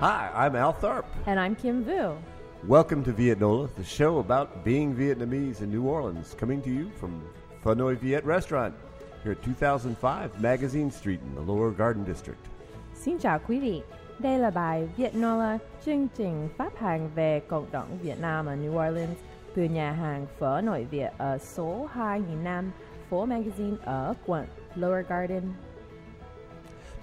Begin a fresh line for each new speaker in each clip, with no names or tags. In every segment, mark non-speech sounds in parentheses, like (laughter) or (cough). Hi, I'm Al Tharp.
And I'm Kim Vu.
Welcome to Vietnola, the show about being Vietnamese in New Orleans, coming to you from Phanoi Viet Restaurant here at 2005 Magazine Street in the Lower Garden District.
Xin chào quý vị. Đây là bài Vietnola, chương trình phát hàng về cộng đồng Việt Nam ở New Orleans từ nhà hàng phở nội Việt ở số 2005, phố Magazine ở quận Lower Garden,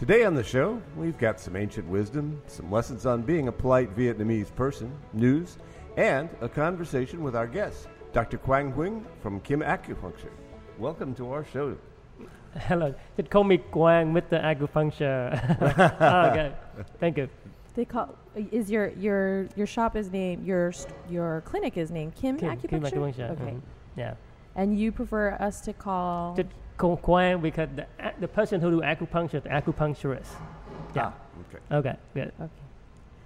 Today on the show, we've got some ancient wisdom, some lessons on being a polite Vietnamese person, news, and a conversation with our guest, Dr. Quang Huynh from Kim Acupuncture. Welcome to our show.
(laughs) Hello. Just call me Guang, Mr. Acupuncture. Oh, okay. Thank you.
They call is your your your shop is named your st- your clinic is named Kim,
Kim-
Acupuncture.
Kim acupuncture.
Okay.
Mhm. Yeah.
And you prefer us to call
Just call Guang because the, ac- the person who do acupuncture, the acupuncturist. Yeah.
Okay.
Okay. Good.
Okay.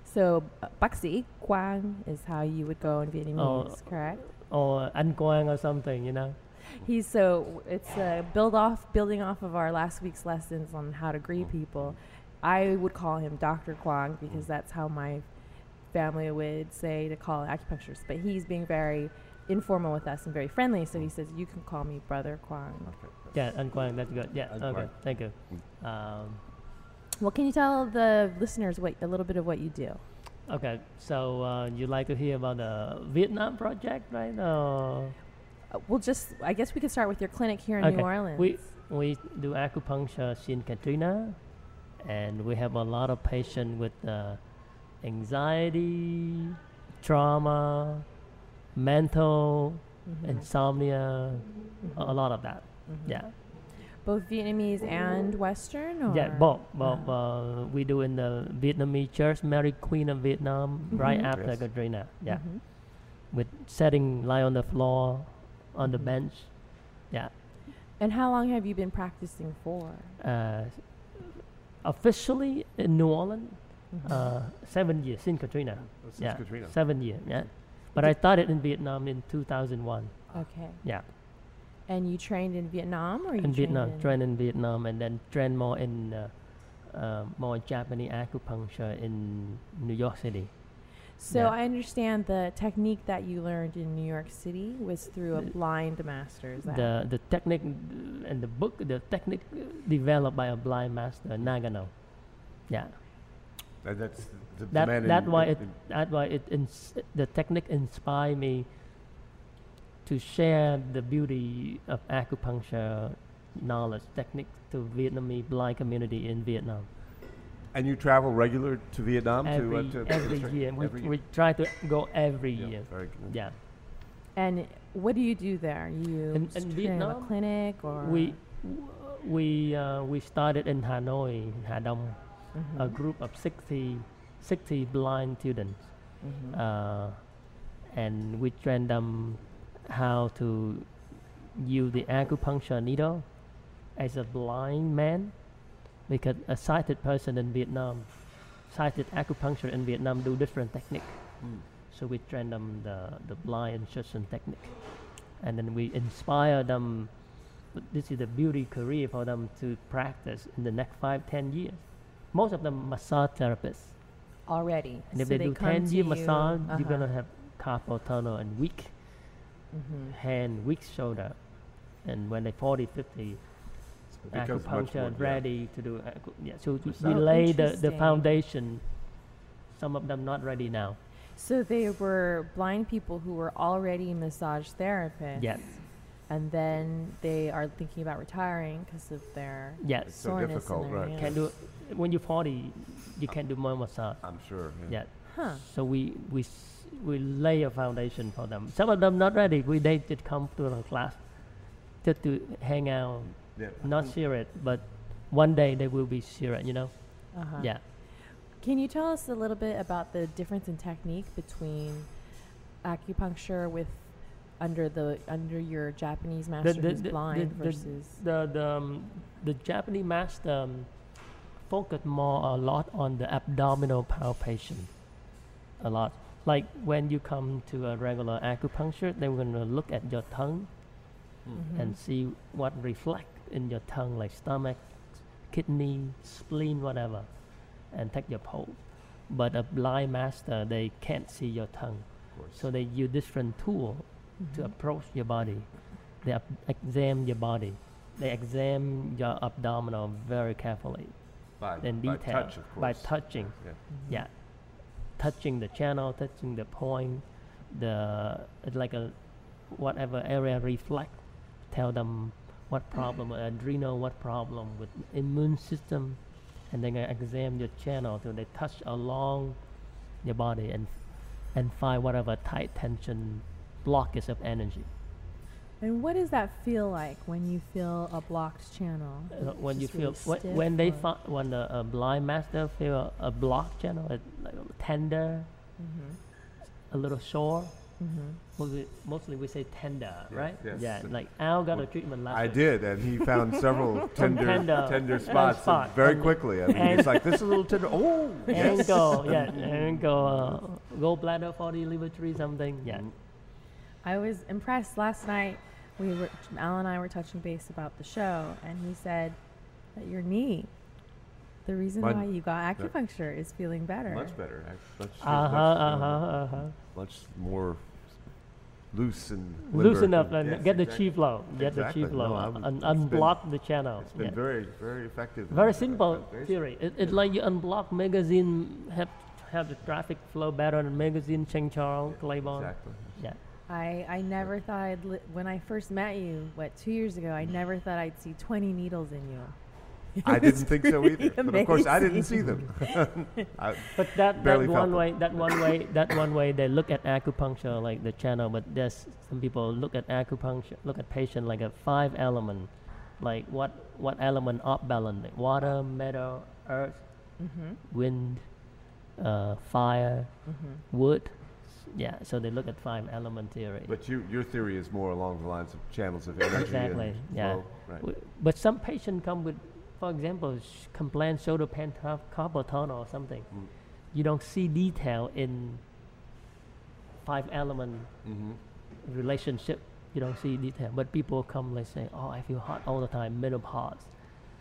So uh, bác sĩ Quang is how you would go in Vietnamese, correct?
Or Anh Guang or something, you know.
He's so it's a build off building off of our last week's lessons on how to greet people. I would call him Dr. Kwong because that's how my family would say to call acupuncturists. But he's being very informal with us and very friendly, so he says you can call me Brother Kwong.
Yeah, Anh Guang. That's good. Yeah.
Anh
okay.
Guang.
Thank you. Um,
Well, can you tell the listeners what a little bit of what you do?
okay. So uh, you like to hear about the Vietnam project, right? Or
Uh, Well, just I guess we could start with your clinic here in New Orleans.
We we do acupuncture in Katrina, and we have a lot of patients with uh, anxiety, trauma, mental insomnia, a,
uh,
a lot of that. Yeah,
Mm-hmm. Both Vietnamese and Western, or
yeah. Both, both. Uh, we do in the Vietnamese church, Mary Queen of Vietnam, right after
Yes.
Katrina. Yeah,
Mm-hmm.
with setting lie on the floor, on the bench. Yeah.
And how long have you been practicing for?
uh, officially in New Orleans,
Mm-hmm.
uh, seven years since Katrina.
Since
yeah,
Katrina.
seven years. Yeah, but I started in Vietnam in 2001.
Okay.
Yeah,
And you trained in Vietnam, or you
in
trained
Vietnam,
in-
trained in Vietnam, and then trained more in uh, uh, more Japanese acupuncture in New York City.
So
yeah.
I understand the technique that you learned in New York City was through a blind master. Is that
The the technique and the book, the technique developed by a blind master Nagano. Yeah,
And that's the, the
that
man
that
in,
why
in-
it
in-
that why it ins- the technique inspired me to share the beauty of acupuncture knowledge technique to Vietnamese blind community in Vietnam.
and you travel regular to Vietnam
every
to, uh, to (laughs)
every
instruct-
year we,
every
we try to go every
Yeah,
year.
very good.
Yeah,
and what do you do there? You
In- in
train a
Vietnam,
clinic, or
we we uh, we started in Hanoi, Hà Đông,
Mm-hmm.
a group of 60, 60 blind students.
Mm-hmm.
uh, and we train them how to use the acupuncture needle as a blind man because a sighted person in Vietnam, sighted acupuncture in Vietnam do different technique. So we train them the, the blind insertion technique. And then we inspire them, this is the beauty career for them to practice in the next five, ten years. Most of them massage therapists.
already?
And if
So
they, do
come
10
to
year massage,
uh-huh.
you're going to have carpal tunnel and weak
Mm-hmm.
hand, weak shoulder. And when they're 40, 50,
It becomes much more-
acupuncture
yeah.
ready to do. Acu- yeah, so to-
Massage.
we
Oh,
lay the, the
interesting.
foundation. Some of them not ready now.
So they were blind people who were already massage therapists.
Yes.
And then they are thinking about retiring because of their
Yes.
So
soreness in
difficult,
their
right.
hands.
Can do when you're 40, you can do more massage.
I'm sure.
Yeah.
Huh.
So we we s- we lay a foundation for them. Some of them not ready. We they did come to our class, just to hang out,
Yeah.
not serious, but one day they will be serious, you know?
Uh-huh.
Yeah.
Can you tell us a little bit about the difference in technique between acupuncture with under the under your Japanese master who's blind
the,
versus
the, the, um, the Japanese master um, focus more a lot on the abdominal palpation. A lot. Like when you come to a regular acupuncture, they're going to look at your tongue Mm-hmm.
Mm-hmm.
and see what reflect in your tongue, like stomach, kidney, spleen, whatever, and take your pulse. But a blind master, they can't see your tongue. So they use different tool
Mm-hmm.
to approach your body. They ab- examine your body. They examine your abdominal very carefully
By,
in
by
detail
touch, of course.
by touching.
Yeah.
Mm-hmm.
Yeah, touching the channel, touching the point, the it's like a whatever area reflect. Tell them what problem with adrenal, what problem with immune system, and then I examine your channel till they touch along your body and and find whatever tight tension blockage of energy.
And what does that feel like when you feel a blocked channel?
Uh, when you
Just
feel
really
when,
stiff
when they
or-
find when a, a blind master feel a, a block channel it, like tender
Mm-hmm.
a little sore mostly, mostly we say tender
Yes,
right
yes.
yeah like al got a treatment last
I
(laughs) week.
did, and he found several
Some
tender,
tender-
tender,
tender
spots
spot,
and very
and-
quickly. I mean,
and-
it's like this is a little tender.
(laughs)
Oh, yes. (laughs)
ankle yeah ankle uh, gallbladder 40 liver tree something Mm. yeah
I was impressed last night. We were Al and I were touching base about the show, and he said that your knee, the reason
My-
why you got
yeah.
acupuncture is feeling better.
much better. act- Much,
uh-huh
much,
uh-huh uh-huh
much more loose and limber.
loosen up and
Yes,
uh, get the
exactly.
chi flow get
Exactly.
the chi flow
No,
uh,
I'm-
and
it's been-
unblock the channel
It's been
yeah.
very, very effective.
Very
and, uh,
simple
very
theory. It, it's like you unblock magazine, have have the traffic flow better on magazine, Cheng Charles, Claiborne.
Exactly.
Yeah.
I, I never thought I'd li- when I first met you, what two years ago, I never thought I'd see twenty needles in you. (laughs)
I
It
didn't
was
think so
pretty
either.
(laughs)
But of course, I didn't
amazing.
see them. (laughs) I,
But that, that
Barely felt
one
it.
way that one
(laughs)
way that one way they look at acupuncture like the channel, but there's some people look at acupuncture look at patient like a five element. Like what what element off balance? Like water, metal, earth,
Mm-hmm,
wind, uh, fire, wood. Yeah, so they look at five element theory.
Mm-hmm. but you, your theory is more along the lines of channels of energy.
Exactly.
And
Yeah.
flow, Right.
W- But some patient come with, for example, sh- complain shoulder pain, tar- carpal tunnel or something. You don't see detail in five element
Mm-hmm,
relationship. You don't see detail. But people come like say, "Oh, I feel hot all the time, menopause."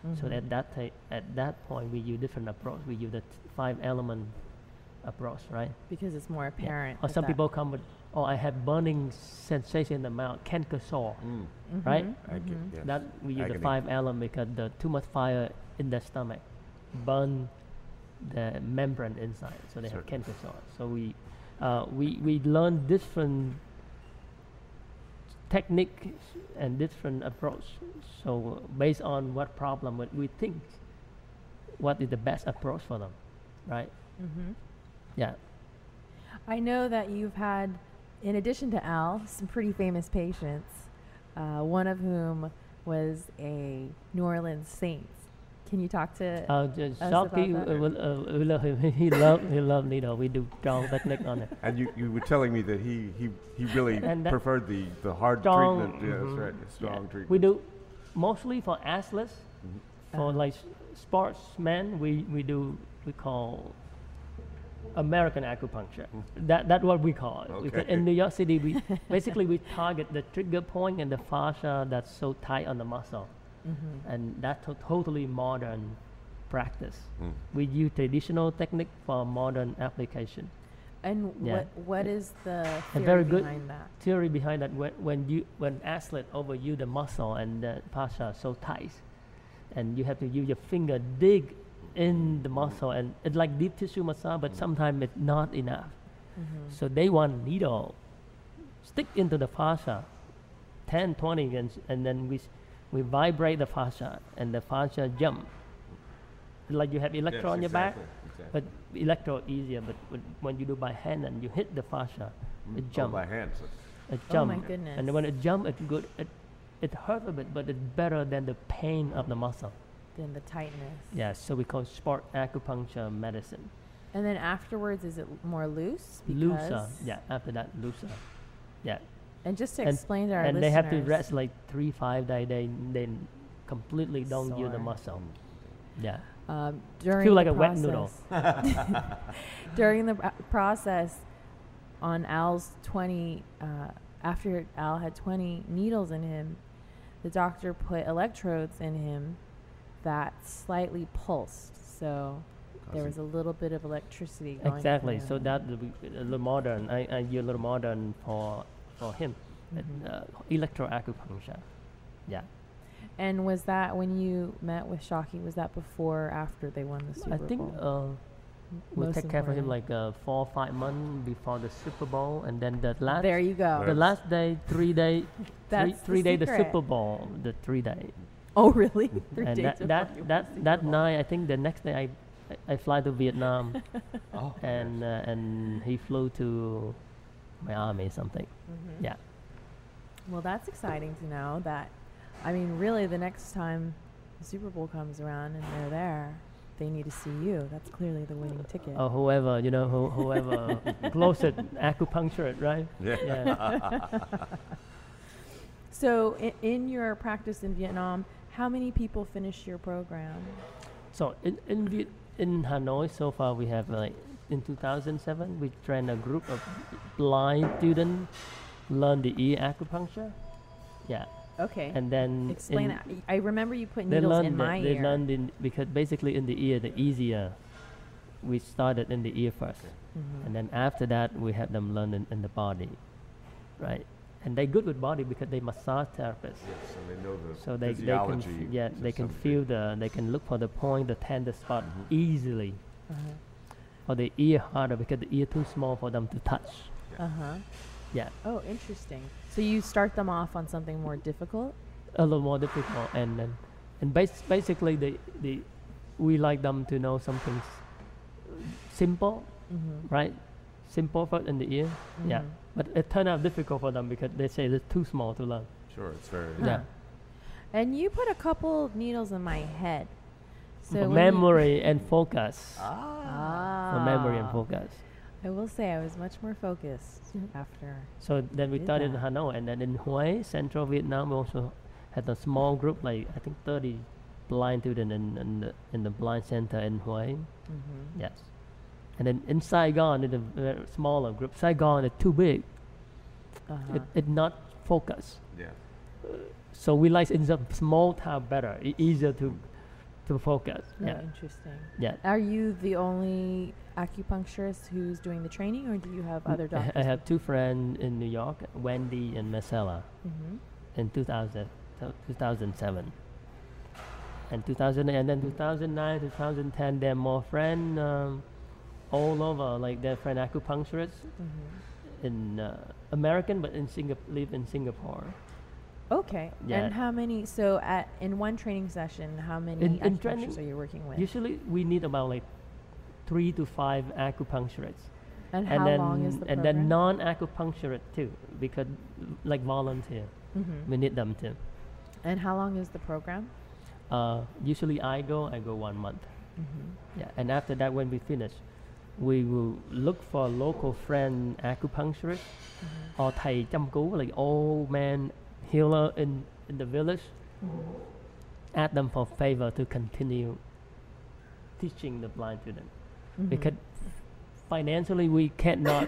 mm-hmm.
So
Mm.
at that ti- at that point, we use different approach. We use the t- five element approach, right?
because it's more
Yeah.
apparent.
Or
that
some
that-
people come with, "Oh, I have burning sensation in the mouth, canker sore,"
mm-hmm.
Mm-hmm,
right?
I get- yes.
Mm-hmm. That we use
Agony.
the five element because the too much fire in the stomach burn the membrane inside, so they have
Certain.
cancer cells. So we uh, we we learn different techniques and different approach. So based on what problem what we think, what is the best approach for them, right? Yeah.
mm-hmm. I know that you've had, in addition to Al, some pretty famous patients, uh, one of whom was a New Orleans Saints. Can you talk to?
Uh, the
us
Sharky,
about
uh, will, uh, will love him. he love he love needle. We do strong technique on it.
And you, you were telling me that he, he, he really
And that-
preferred the, the hard
Strong,
treatment. Yeah, that's
mhm.
right. the Strong treatment. Mm-hmm.
We do mostly for athletes, for like s- sportsmen. We we do we call American acupuncture. That that's what we call it.
Mm-hmm.
Because
Okay.
In New York City, we basically we target the trigger point and the fascia that's so tight on the muscle,
mm-hmm.
and that's a totally modern practice.
Mm.
We use traditional technique for modern application.
And
yeah.
what what is the theory
And very good.
behind that?
theory behind that when, when you when athlete over you the muscle and the fascia are so tight and you have to use your finger dig in the muscle and it's like deep tissue massage
Mm.
but sometimes it's not enough
Mm-hmm.
so they want needle stick into the fascia 10 20 and, s- and then we s- we vibrate the fascia and the fascia jump like you have
Yes,
electro on your back
exactly, exactly.
but electro easier but when- when you do by hand and you hit the fascia it
Oh,
jump
by hand. So
a
Oh
jump.
my goodness.
And when it jump, it good. It, it hurt a bit, but it's better than the pain of the muscle.
Then the tightness.
Yeah, so we call sport acupuncture medicine.
And then afterwards, is it l- more loose?
Looser.
Because-
Yeah, after that, looser. Yeah.
And just to
And-
explain to our
and
listeners,
they have to rest like three, five day. They, they completely don't use the
Sore.
muscle. Yeah.
um, during
Feel like
the
a wet noodle.
process- (laughs) during the pro- process, on Al's twenty, uh, after Al had twenty needles in him, the doctor put electrodes in him that slightly pulsed. So There was a little bit of electricity. Going
Exactly.
through.
So that would be a little modern. I, I use a little modern for for him.
Mm-hmm.
Uh, Uh, electroacupuncture. Yeah.
And was that when you met with Shockey? Was that before or after they won the Super
I think
Bowl?
uh, we
Most
take care of him
important.
like uh, four or five months before the Super Bowl, and then the last
there you go.
the last day, three day, three,
That's the
three day the
secret.
Super Bowl, the three day,
Oh,
(laughs)
really? Three
and
days
that
before you
that
won the
that,
Super
that
Bowl.
night, I think the next day I I, I fly to
(laughs)
Vietnam,
Oh,
and uh, and he flew to Miami or something. Yeah.
Mm-hmm. Well, that's exciting to know that. I mean, really, the next time the Super Bowl comes around and they're there, they need to see you. That's clearly the winning ticket.
or whoever you know who,
(laughs)
whoever blows it acupuncture it right
Yeah.
yeah
So, in, in your practice in Vietnam, how many people finished your program?
so in in, Viet- in hanoi so far we have like in 2007 we trained a group of blind students learn the e acupuncture yeah
Okay.
Mm, and then
Explain
in-
that. I remember you put
they
needles
learned
in
that-
my
they
ear.
learned in because basically in the ear the easier we started in the ear 1st and then after that we had them learn in, in the body right and they good with body because they massage therapists
Yes, and they know the
so they, they can
physiology.
f- yeah
to
they can
some
feel
degree. Mm-hmm.
the they can look for the point the tender spot easily for the ear harder because the ear too small for them to touch
Uh huh.
yeah
Oh, interesting. So you start them off on something more difficult.
a little more difficult and then and bas- basically the the we like them to know something s- simple right simple for in the ear
Mm-hmm.
yeah but it turned out difficult for them because they say it's too small to learn
Sure, it's very.
Ah,
yeah
And you put a couple needles in my head. So
for
when you-
memory and focus
Ah.
for
Ah.
memory and focus
I will say I was much more focused after.
So then we
Did
started in
that.
Hanoi, and then in Hue, Central Vietnam, we also had a small group, like I think 30 blind students in, in, the, in the blind center in Hue.
Mm-hmm.
Yes. And then in Saigon, in a very smaller group, Saigon is too big.
Uh-huh.
It, it not focus.
Yeah.
So we like in the small town better, e- easier to to focus.
Oh,
Yeah.
Interesting.
Yeah.
Are you the only acupuncturist who's doing the training, or do you have other
Mm, I,
doctors?
I have two friends in New York, Wendy and Marcella,
Mm-hmm.
in 2000, so 2007. And 2000, and then 2009, 2010, they're more friend um, all over, like their friend acupuncturists
Mm-hmm.
in uh, American, but in Singapore, live in Singapore.
Okay.
Yeah.
And how many? So at in one training session, how many
In- in
acupuncturists
training-
are you working with?
Usually, we need about like three to five acupuncturists,
and
and
how
then
long is the
and
program?
then non-acupuncturist too, because like volunteer, we need them too.
Mm-hmm. and how long is the program?
Uh, usually I go, I go one month.
Mm-hmm.
Yeah, and after that, when we finish, we will look for local friend acupuncturist or thầy chăm cứu, like old man healer in, in the village.
Mm-hmm.
Ask them for favor to continue teaching the blind student
Mm-hmm.
because financially we cannot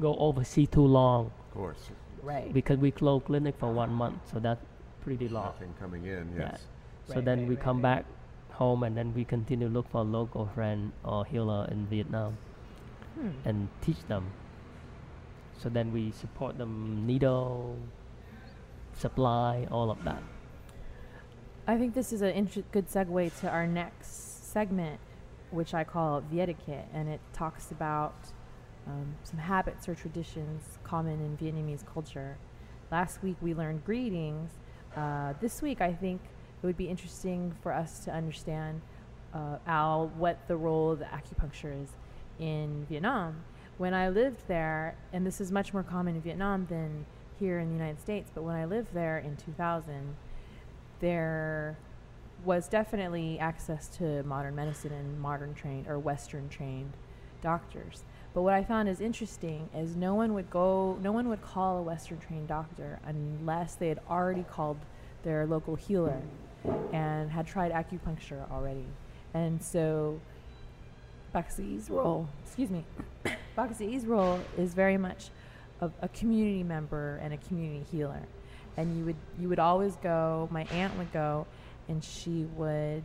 go overseas too long
Of course.
Mm-hmm. Right.
because we close clinic for one month, so that's pretty long.
Nothing coming in.
Yeah.
Yes.
So
Right,
then
right,
we
right,
come back home and then we continue look for local friend or healer in Vietnam
Hmm.
and teach them. So then we support them needle, supply, all of that.
I think this is a intre- good segue to our next segment, which I call Vietiquette, and it talks about um, some habits or traditions common in Vietnamese culture. Last week we learned greetings. Uh, this week I think it would be interesting for us to understand uh, Al what the role of the acupuncture is in Vietnam. When I lived there, and this is much more common in Vietnam than here in the United States, but when I lived there in 2000, there was definitely access to modern medicine and modern trained or Western trained doctors. But what I found is interesting is no one would go, no one would call a Western trained doctor unless they had already called their local healer and had tried acupuncture already. And so Baxi's role, excuse me, (coughs) Baxi's role is very much of a community member and a community healer. And you would you would always go. My aunt would go, and she would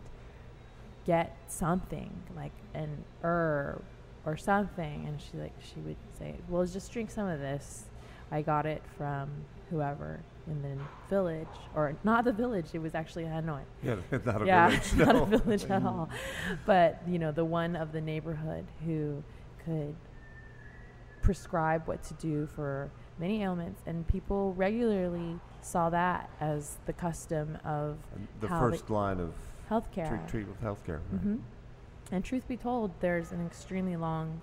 get something like an herb or something and she like she would say well just drink some of this i got it from whoever in the village or not the village it was actually hanoi
Yeah, (laughs) not a
yeah
village.
(laughs) not
no. Mm.
a village at all but you know the one of the neighborhood who could prescribe what to do for many ailments and people regularly saw that as the custom of
And The
How
first line of
healthcare
treat, treat with healthcare. Right?
hmm And truth be told, there's an extremely long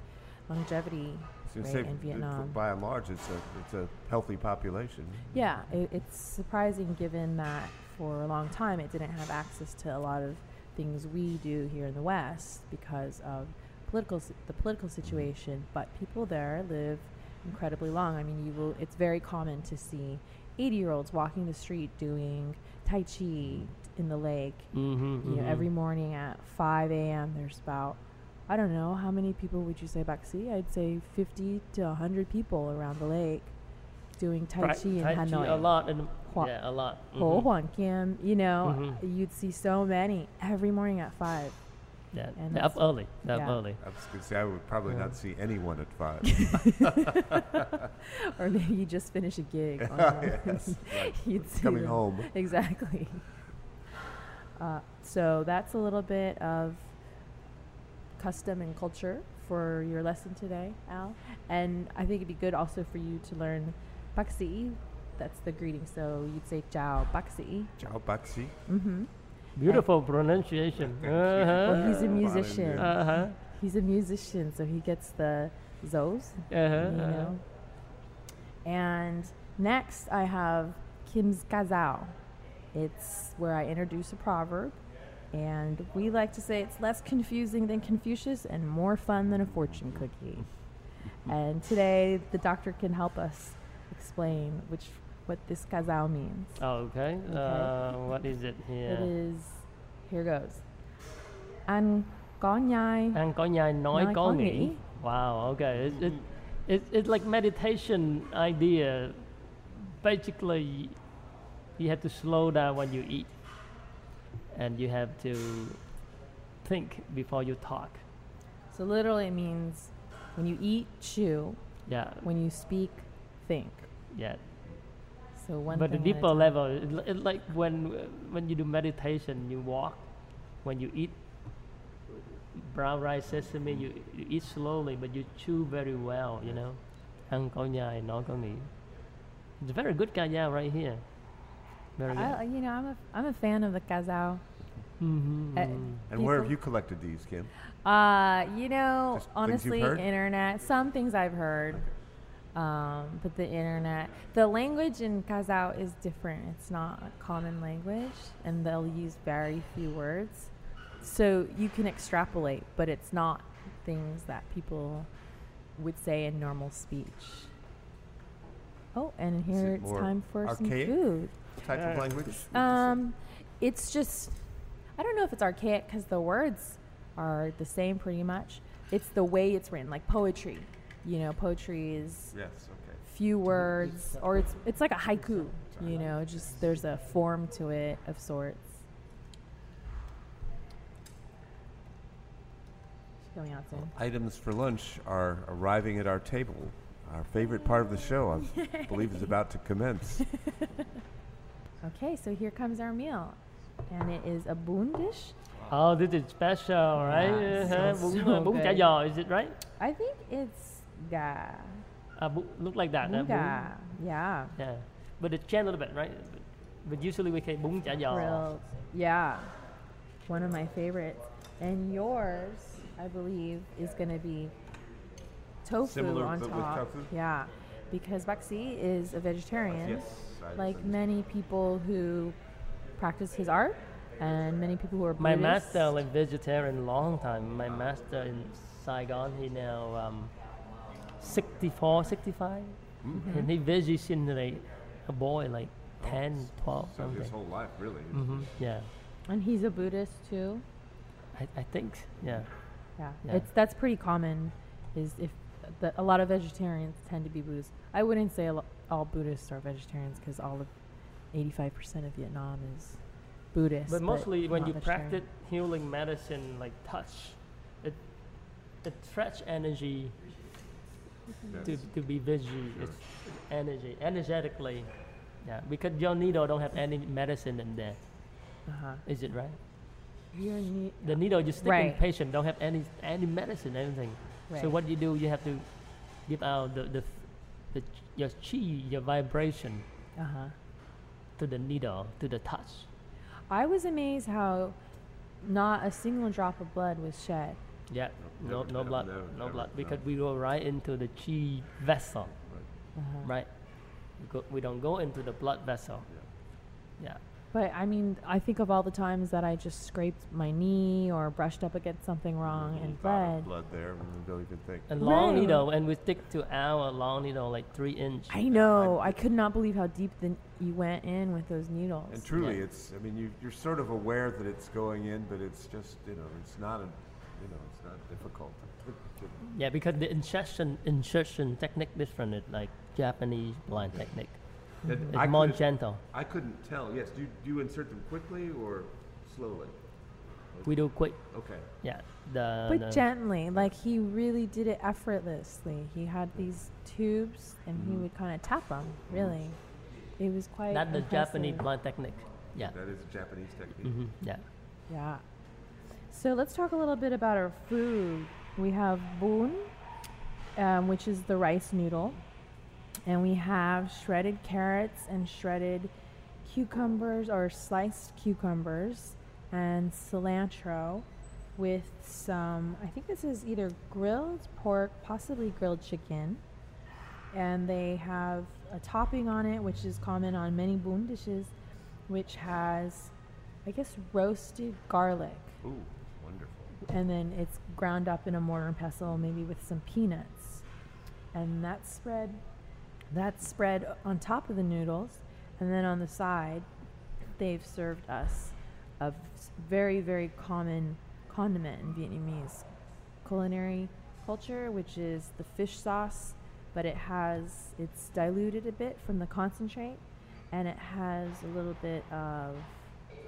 longevity
I was gonna
rate
say,
in
b- b-
Vietnam.
By and large, it's a, it's a healthy population.
Yeah, it, it's surprising given that for a long time it didn't have access to a lot of things we do here in the West because of political si- the political situation. But people there live incredibly long. I mean, you will. It's very common to see 80 year olds walking the street doing tai chi in the lake
Mm-hmm,
you know, every morning at 5 a.m. There's about, I don't know, how many people would you say, Baxi? I'd say 50 to 100 people around the lake doing Tai Chi in Hanoi.
a lot. In,
Hua-
yeah, a lot.
Ho
mhm.
Huan Kim, you know,
Mm-hmm.
you'd see so many every morning at 5.
Yeah,
and
they're up
that's-
early. They're up
yeah.
early.
I was gonna say, I would probably not see anyone at
(laughs)
five.
Or maybe you just finish a
(laughs)
gig. on a-
yes, right.
(laughs) you'd Oh, see
coming
them.
home.
Exactly. (laughs) Uh, so that's a little bit of custom and culture for your lesson today, Al. And I think it'd be good also for you to learn Baxi. That's the greeting. So you'd say Ciao Baxi.
Ciao, Baxi.
Mm-hmm.
Beautiful (laughs) pronunciation.
Well,
Uh-huh.
he's a musician.
Hallelujah.
Uh-huh.
He's a musician, so he gets the Zos,
Uh-huh.
you know. And next, I have Kim's Gazao. It's where I introduce a proverb, and we like to say it's less confusing than Confucius and more fun than a fortune cookie. and today, the doctor can help us explain which what this Gazao means.
Okay. Uh, what is it
It
here?
is here goes. An có nhai.
Ăn có nhai nói
Nói
có
có
nghĩ.
nghĩ.
Wow. Okay. It, it, it, it's like meditation idea. Basically, you have to slow down when you eat, and you have to think before you talk.
So literally, it means when you eat, chew.
Yeah.
When you speak, think.
Yeah.
So one.
but the
thing at a
deeper
time.
level, it, li- it like when when you do meditation, you walk, when you eat brown rice, sesame, you, you eat slowly, but you chew very well, you know. Ăn có nhai, nói có nghĩ. It's a very good kaya right here. Very good.
I, you know, I'm a I'm a fan of the Kazao.
Mhm,
Uh,
mhm.
And where
people-
have you collected these, Kim?
Uh, you know,
Just things you've
honestly,
heard?
internet. Some things I've heard, um, but the internet, the language in Kazao is different. It's not a common language, and they'll use very few words, so you can extrapolate. But it's not things that people would say in normal speech. Oh, and
Is
here
it
it's
more
time for
archaic?
some food.
What type of
Uh,
language? would you say?
Um, it's just I don't know if it's archaic because the words are the same pretty much. It's the way it's written, like poetry. You know, poetry is
yes, okay.
few words, or it's it's like a haiku. You know, just there's a form to it of sorts. She's coming out soon.
Items for lunch are arriving at our table. Our favorite part of the show, I believe, is about to commence.
Okay, so here comes our meal, and it is a boon dish.
Oh, this is special, right?
Yeah, so,
Uh-huh. Bún,
so
uh, bún chả
good.
giò, is it right?
I think it's ga,
Uh, bu- look like that. Uh, bún.
ga, yeah.
Yeah. But it's changed a little bit, right? But, but usually we say bún chả giò.
grilled. Yeah. One of my favorites. And yours, I believe, is going to be tofu
Similar
on
but with
top.
tofu?
Yeah. Because Baxi is a vegetarian, like many people who practice his art and many people who are
My
Buddhist.
master like vegetarian long time. My master in Saigon, he now um, 64, 65. And he vegetarian like a boy like 10, 12, something.
whole life, really.
hmm Yeah,
And he's a Buddhist too.
I, I think, yeah.
Yeah.
Yeah.
It's that's pretty common is if the, a lot of vegetarians tend to be Buddhists. I wouldn't say a lo- all Buddhists are vegetarians because all of 85% of Vietnam is Buddhist.
But mostly when
not
you
vegetarian.
practice healing medicine, like touch, it it stretch energy to, to be busy. It's energy, energetically. Yeah, because your needle don't have any medicine in there.
uh-huh.
Is it right?
You're ne-
The needle you stick in
Right.
patient don't have any any medicine, anything.
right.
So what you do, you have to give out the the, f- the ch- your chi, your vibration
Uh-huh.
to the needle, to the touch.
I was amazed how not a single drop of blood was shed.
Yeah, no,
Never-
no
never-
blood,
never-
no
never,
blood,
no.
because we go right into the chi vessel,
Uh-huh.
right? We, go, we don't go into the blood vessel. Yeah,
But I mean, I think of all the times that I just scraped my knee or brushed up against something wrong
Mm-hmm.
and bled.
blood there. and Don't even think.
and long
Right.
needle, and we stick to our long needle like three inch.
I know. I could not believe how deep the, you went in with those needles.
And truly,
Yeah.
it's. I mean, you, you're sort of aware that it's going in, but it's just you know, it's not a, you know, it's not difficult. to- to- to-
Yeah, because the insertion insertion technique different, it, like Japanese blind technique.
that
It's
I
more
couldn't-
gentle.
I couldn't tell. Yes, do you, do you insert them quickly or slowly?
We do quick.
Okay.
Yeah, the,
but
the-
gently, like he really did it effortlessly. He had these tubes, and he would kind of tap them. Really, it was quite.
not the Japanese
impressive.
blind technique. Yeah,
That is a Japanese technique.
hmm yeah.
Yeah. So let's talk a little bit about our food. We have bun, um, which is the rice noodle, and we have shredded carrots and shredded cucumbers or sliced cucumbers and cilantro with some, I think this is either grilled pork, possibly grilled chicken. And they have a topping on it, which is common on many bun dishes, which has I guess roasted garlic,
Ooh, wonderful.
and then it's ground up in a mortar and pestle, maybe with some peanuts, and that's spread. That's spread on top of the noodles, and then on the side, they've served us a s- very very common condiment in Vietnamese culinary culture, which is the fish sauce, but it has it's diluted a bit from the concentrate, and it has a little bit of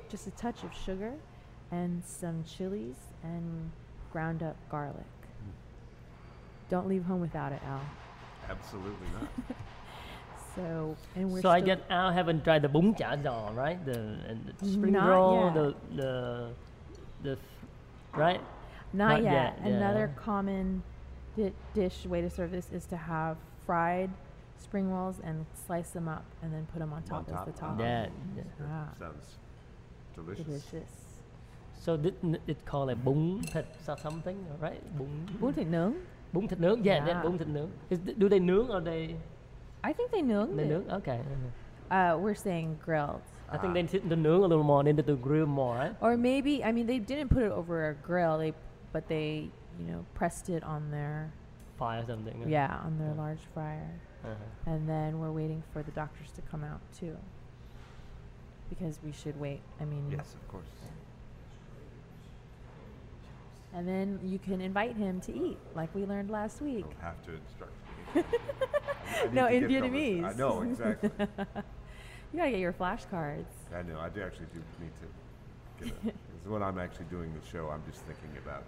just a touch of sugar and some chilies and ground up garlic. Don't leave home without it, Al.
Absolutely not.
So and we're
so I
still-
get I haven't tried the bún chả giò, right? The, and the spring
Not
roll,
yet.
the the the f- right?
Not,
Not
yet.
yet,
Another
yeah.
common di- dish way to serve this is to have fried spring rolls and slice them up and then put them on top,
On top.
as the topping.
Yeah, yeah.
That
Ah.
Sounds delicious.
Delicious.
So this, it called like bún thịt or something, right? Bún
Bún thịt nướng.
bún thịt nướng. Yeah, yeah.
Yeah.
bún thịt nướng. Is, th- do they nướng or they
I think they nướng.
they
it.
nướng? Okay. uh-huh.
Uh, we're saying grilled.
I think they did the nướng a little more. They did the grill more, right?
Or maybe I mean they didn't put it over a grill. They but they you know pressed it on their
Fire or something.
yeah, on their large fryer.
Uh-huh.
And then we're waiting for the doctors to come out too. Because we should wait. I mean
Yes, of course.
And then you can invite him to eat, like we learned last week.
Don't have to instruct me. I need
No,
to
in
get from this- I
Vietnamese.
know exactly.
You gotta get your flashcards.
I know. I do actually do need to. Get a, 'cause when I'm actually doing the show, I'm just thinking about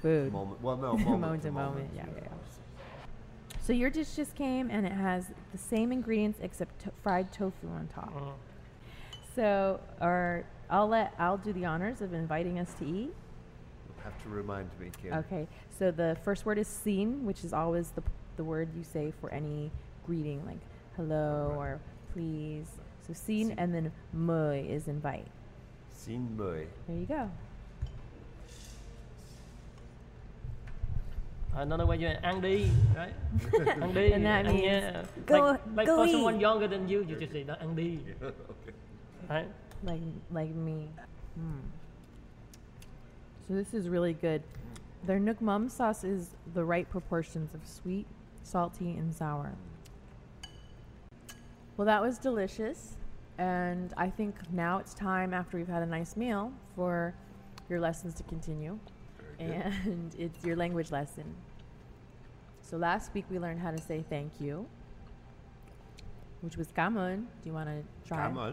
Food.
moment. Well, no, moment,
moment
to
to moment. Yeah,
yeah.
yeah, yeah. So your dish just came and it has the same ingredients except to- fried tofu on top.
Mhm.
So, or I'll let I'll do the honors of inviting us to eat.
You'll Have to remind me, Kim.
Okay. So the first word is "seen," which is always the the word you say for any greeting, like hello
Right.
or please. So "seen"
Seen.
and then "mời" is invite.
Xin mời.
There you go.
Uh, Another way you ăn đi,
(laughs)
right? ăn đi.
And that
ăn
means
nha.
go-
like, like
go
for someone
eat.
younger than you, you just say "No, ăn đi,
okay.
right?
like like me. Mm. So this is really good. Their Nook Mum sauce is the right proportions of sweet, salty, and sour. Well, that was delicious, and I think now it's time after we've had a nice meal for your lessons to continue,
Very good.
and (laughs) it's your language lesson. So last week we learned how to say thank you, which was "kamun." Do you want to try?
Come on.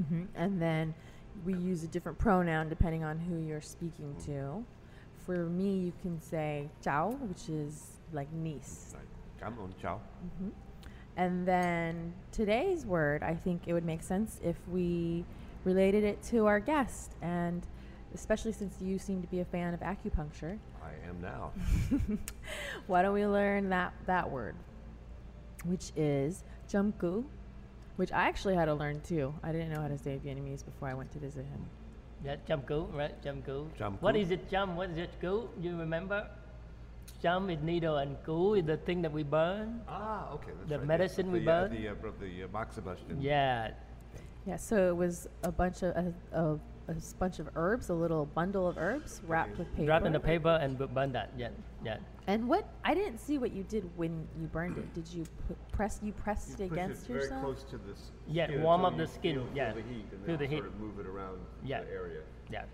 Mhm. Mm-hmm. And then we use a different pronoun depending on who you're speaking to. For me, you can say chao, which is like niece.
Like, come on, ciao.
And then today's word, I think it would make sense if we related it to our guest, and especially since you seem to be a fan of acupuncture,
I am now.
why don't we learn that that word, which is jumku, which I actually had to learn too. I didn't know how to say Vietnamese before I went to visit him.
Yeah, jump goo, right? Jump goo.
Chum
What
coo.
is it, jump? What is it, goo? You remember? Jump is needle and goo is the thing that we burn.
ah, okay. That's
The
right.
medicine we
the, uh,
bought?
The, uh, bro- the uh, box of Bustin.
Yeah.
Yeah, so it was a bunch of a, a, a bunch of herbs, a little bundle of herbs wrapped with paper.
Wrap in the paper and bu- burn that. Yeah. Yeah.
And what I didn't see what you did when you burned it. Did you pu- press? You pressed
You
it
push
against
it very
yourself.
close to the s-
Yeah,
skin
warm
until
up the
you
skin,
feel- feel
yeah,
the heat, and
feel
then
the
sort
heat.
of move it around
Yeah.
the area.
Yeah.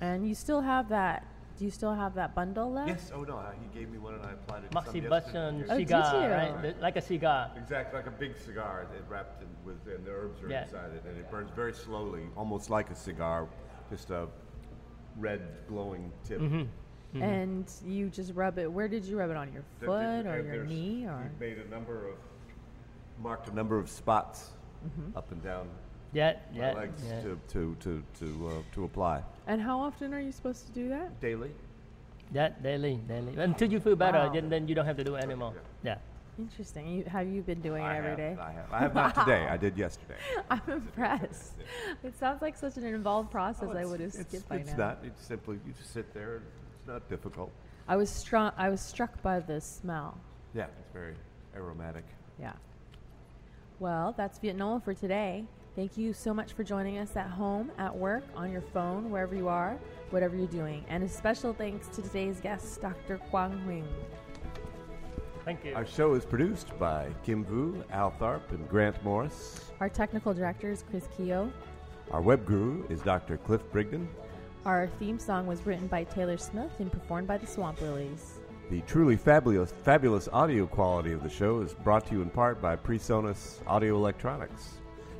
And you still have that. Do you still have that bundle left?
Yes. Oh no, I- he gave me one and I applied it. to some
Maxi
yesterday.
Boston
Oh, did
cigar,
you?
right? The- Like a cigar.
Exactly, like a big cigar. It wrapped in, with and the herbs are
Yeah.
inside it, and it burns very slowly, almost like a cigar, just a red glowing tip.
Mm-hmm.
Mm-hmm.
And you just rub it. Where did you rub it on your
Th- th-
foot or
and
your
there's-
knee
he
or?
made a number of marked a number of spots up and down
Yeah.
my
Yeah.
legs
yeah.
to to to to uh, to apply
And how often are you supposed to do that?
daily.
Yeah, daily, daily. Until you feel better,
Wow.
then, then you don't have to do it anymore. Yeah.
Interesting. You, have you been doing
I
it every
have,
day?
I have. I have not today. I did yesterday.
(laughs) I'm
(laughs)
impressed. it sounds like such an involved process. I would have skipped
Oh, it's,
by
it's
now.
not. It's simply you just sit there. and It's not difficult.
I was struck. I was struck by the smell.
Yeah, it's very aromatic.
Yeah. Well, that's Vietnam for today. Thank you so much for joining us at home, at work, on your phone, wherever you are, whatever you're doing. And a special thanks to today's guest, Dr. Quang Huynh.
Thank you.
Our show is produced by Kim Vu, Al Tharp, and Grant Morris.
Our technical director is Chris Keogh.
Our web guru is Dr. Cliff Brigden.
Our theme song was written by Taylor Smith and performed by the Swamp Lilies.
The truly fabulous, fabulous audio quality of the show is brought to you in part by PreSonus Audio Electronics.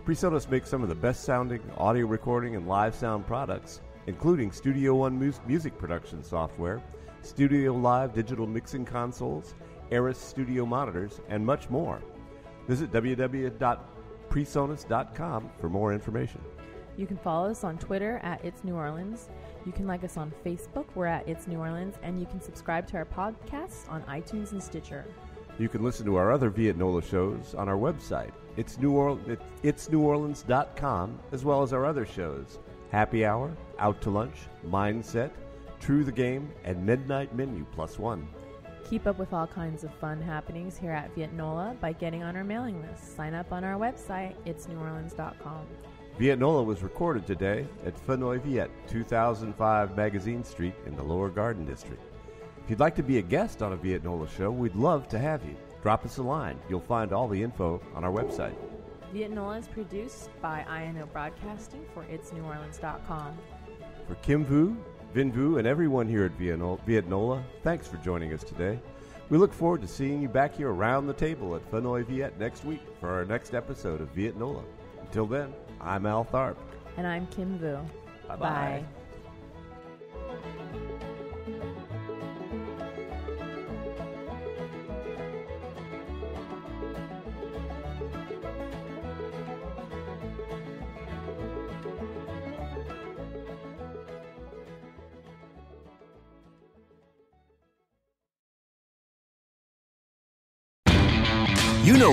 PreSonus makes some of the best sounding audio recording and live sound products, including Studio One mus- music production software, Studio Live digital mixing consoles, Eris studio monitors, and much more. Visit www.presonus.com for more information.
You can follow us on Twitter at It's New Orleans. You can like us on Facebook. We're at It's New Orleans. And you can subscribe to our podcast on iTunes and Stitcher.
You can listen to our other Vietnola shows on our website. It's New Orleans. It's neworleans.com, as well as our other shows: Happy Hour, Out to Lunch, Mindset, True the Game, and Midnight Menu Plus One.
Keep up with all kinds of fun happenings here at Vietnola by getting on our mailing list. Sign up on our website, itsneworleans.com.
Vietnola was recorded today at Fenoy Viet, 2005 Magazine Street in the Lower Garden District. If you'd like to be a guest on a Vietnola show, we'd love to have you. Drop us a line. You'll find all the info on our website.
Vietnola is produced by INO Broadcasting for itsneworleans.com.
For Kim Vu, Vin Vu, and everyone here at Vietno- Vietnola, thanks for joining us today. We look forward to seeing you back here around the table at Fenoy Viet next week for our next episode of Vietnola. Until then, I'm Al Tharp.
And I'm Kim Vu.
Bye-bye.
You know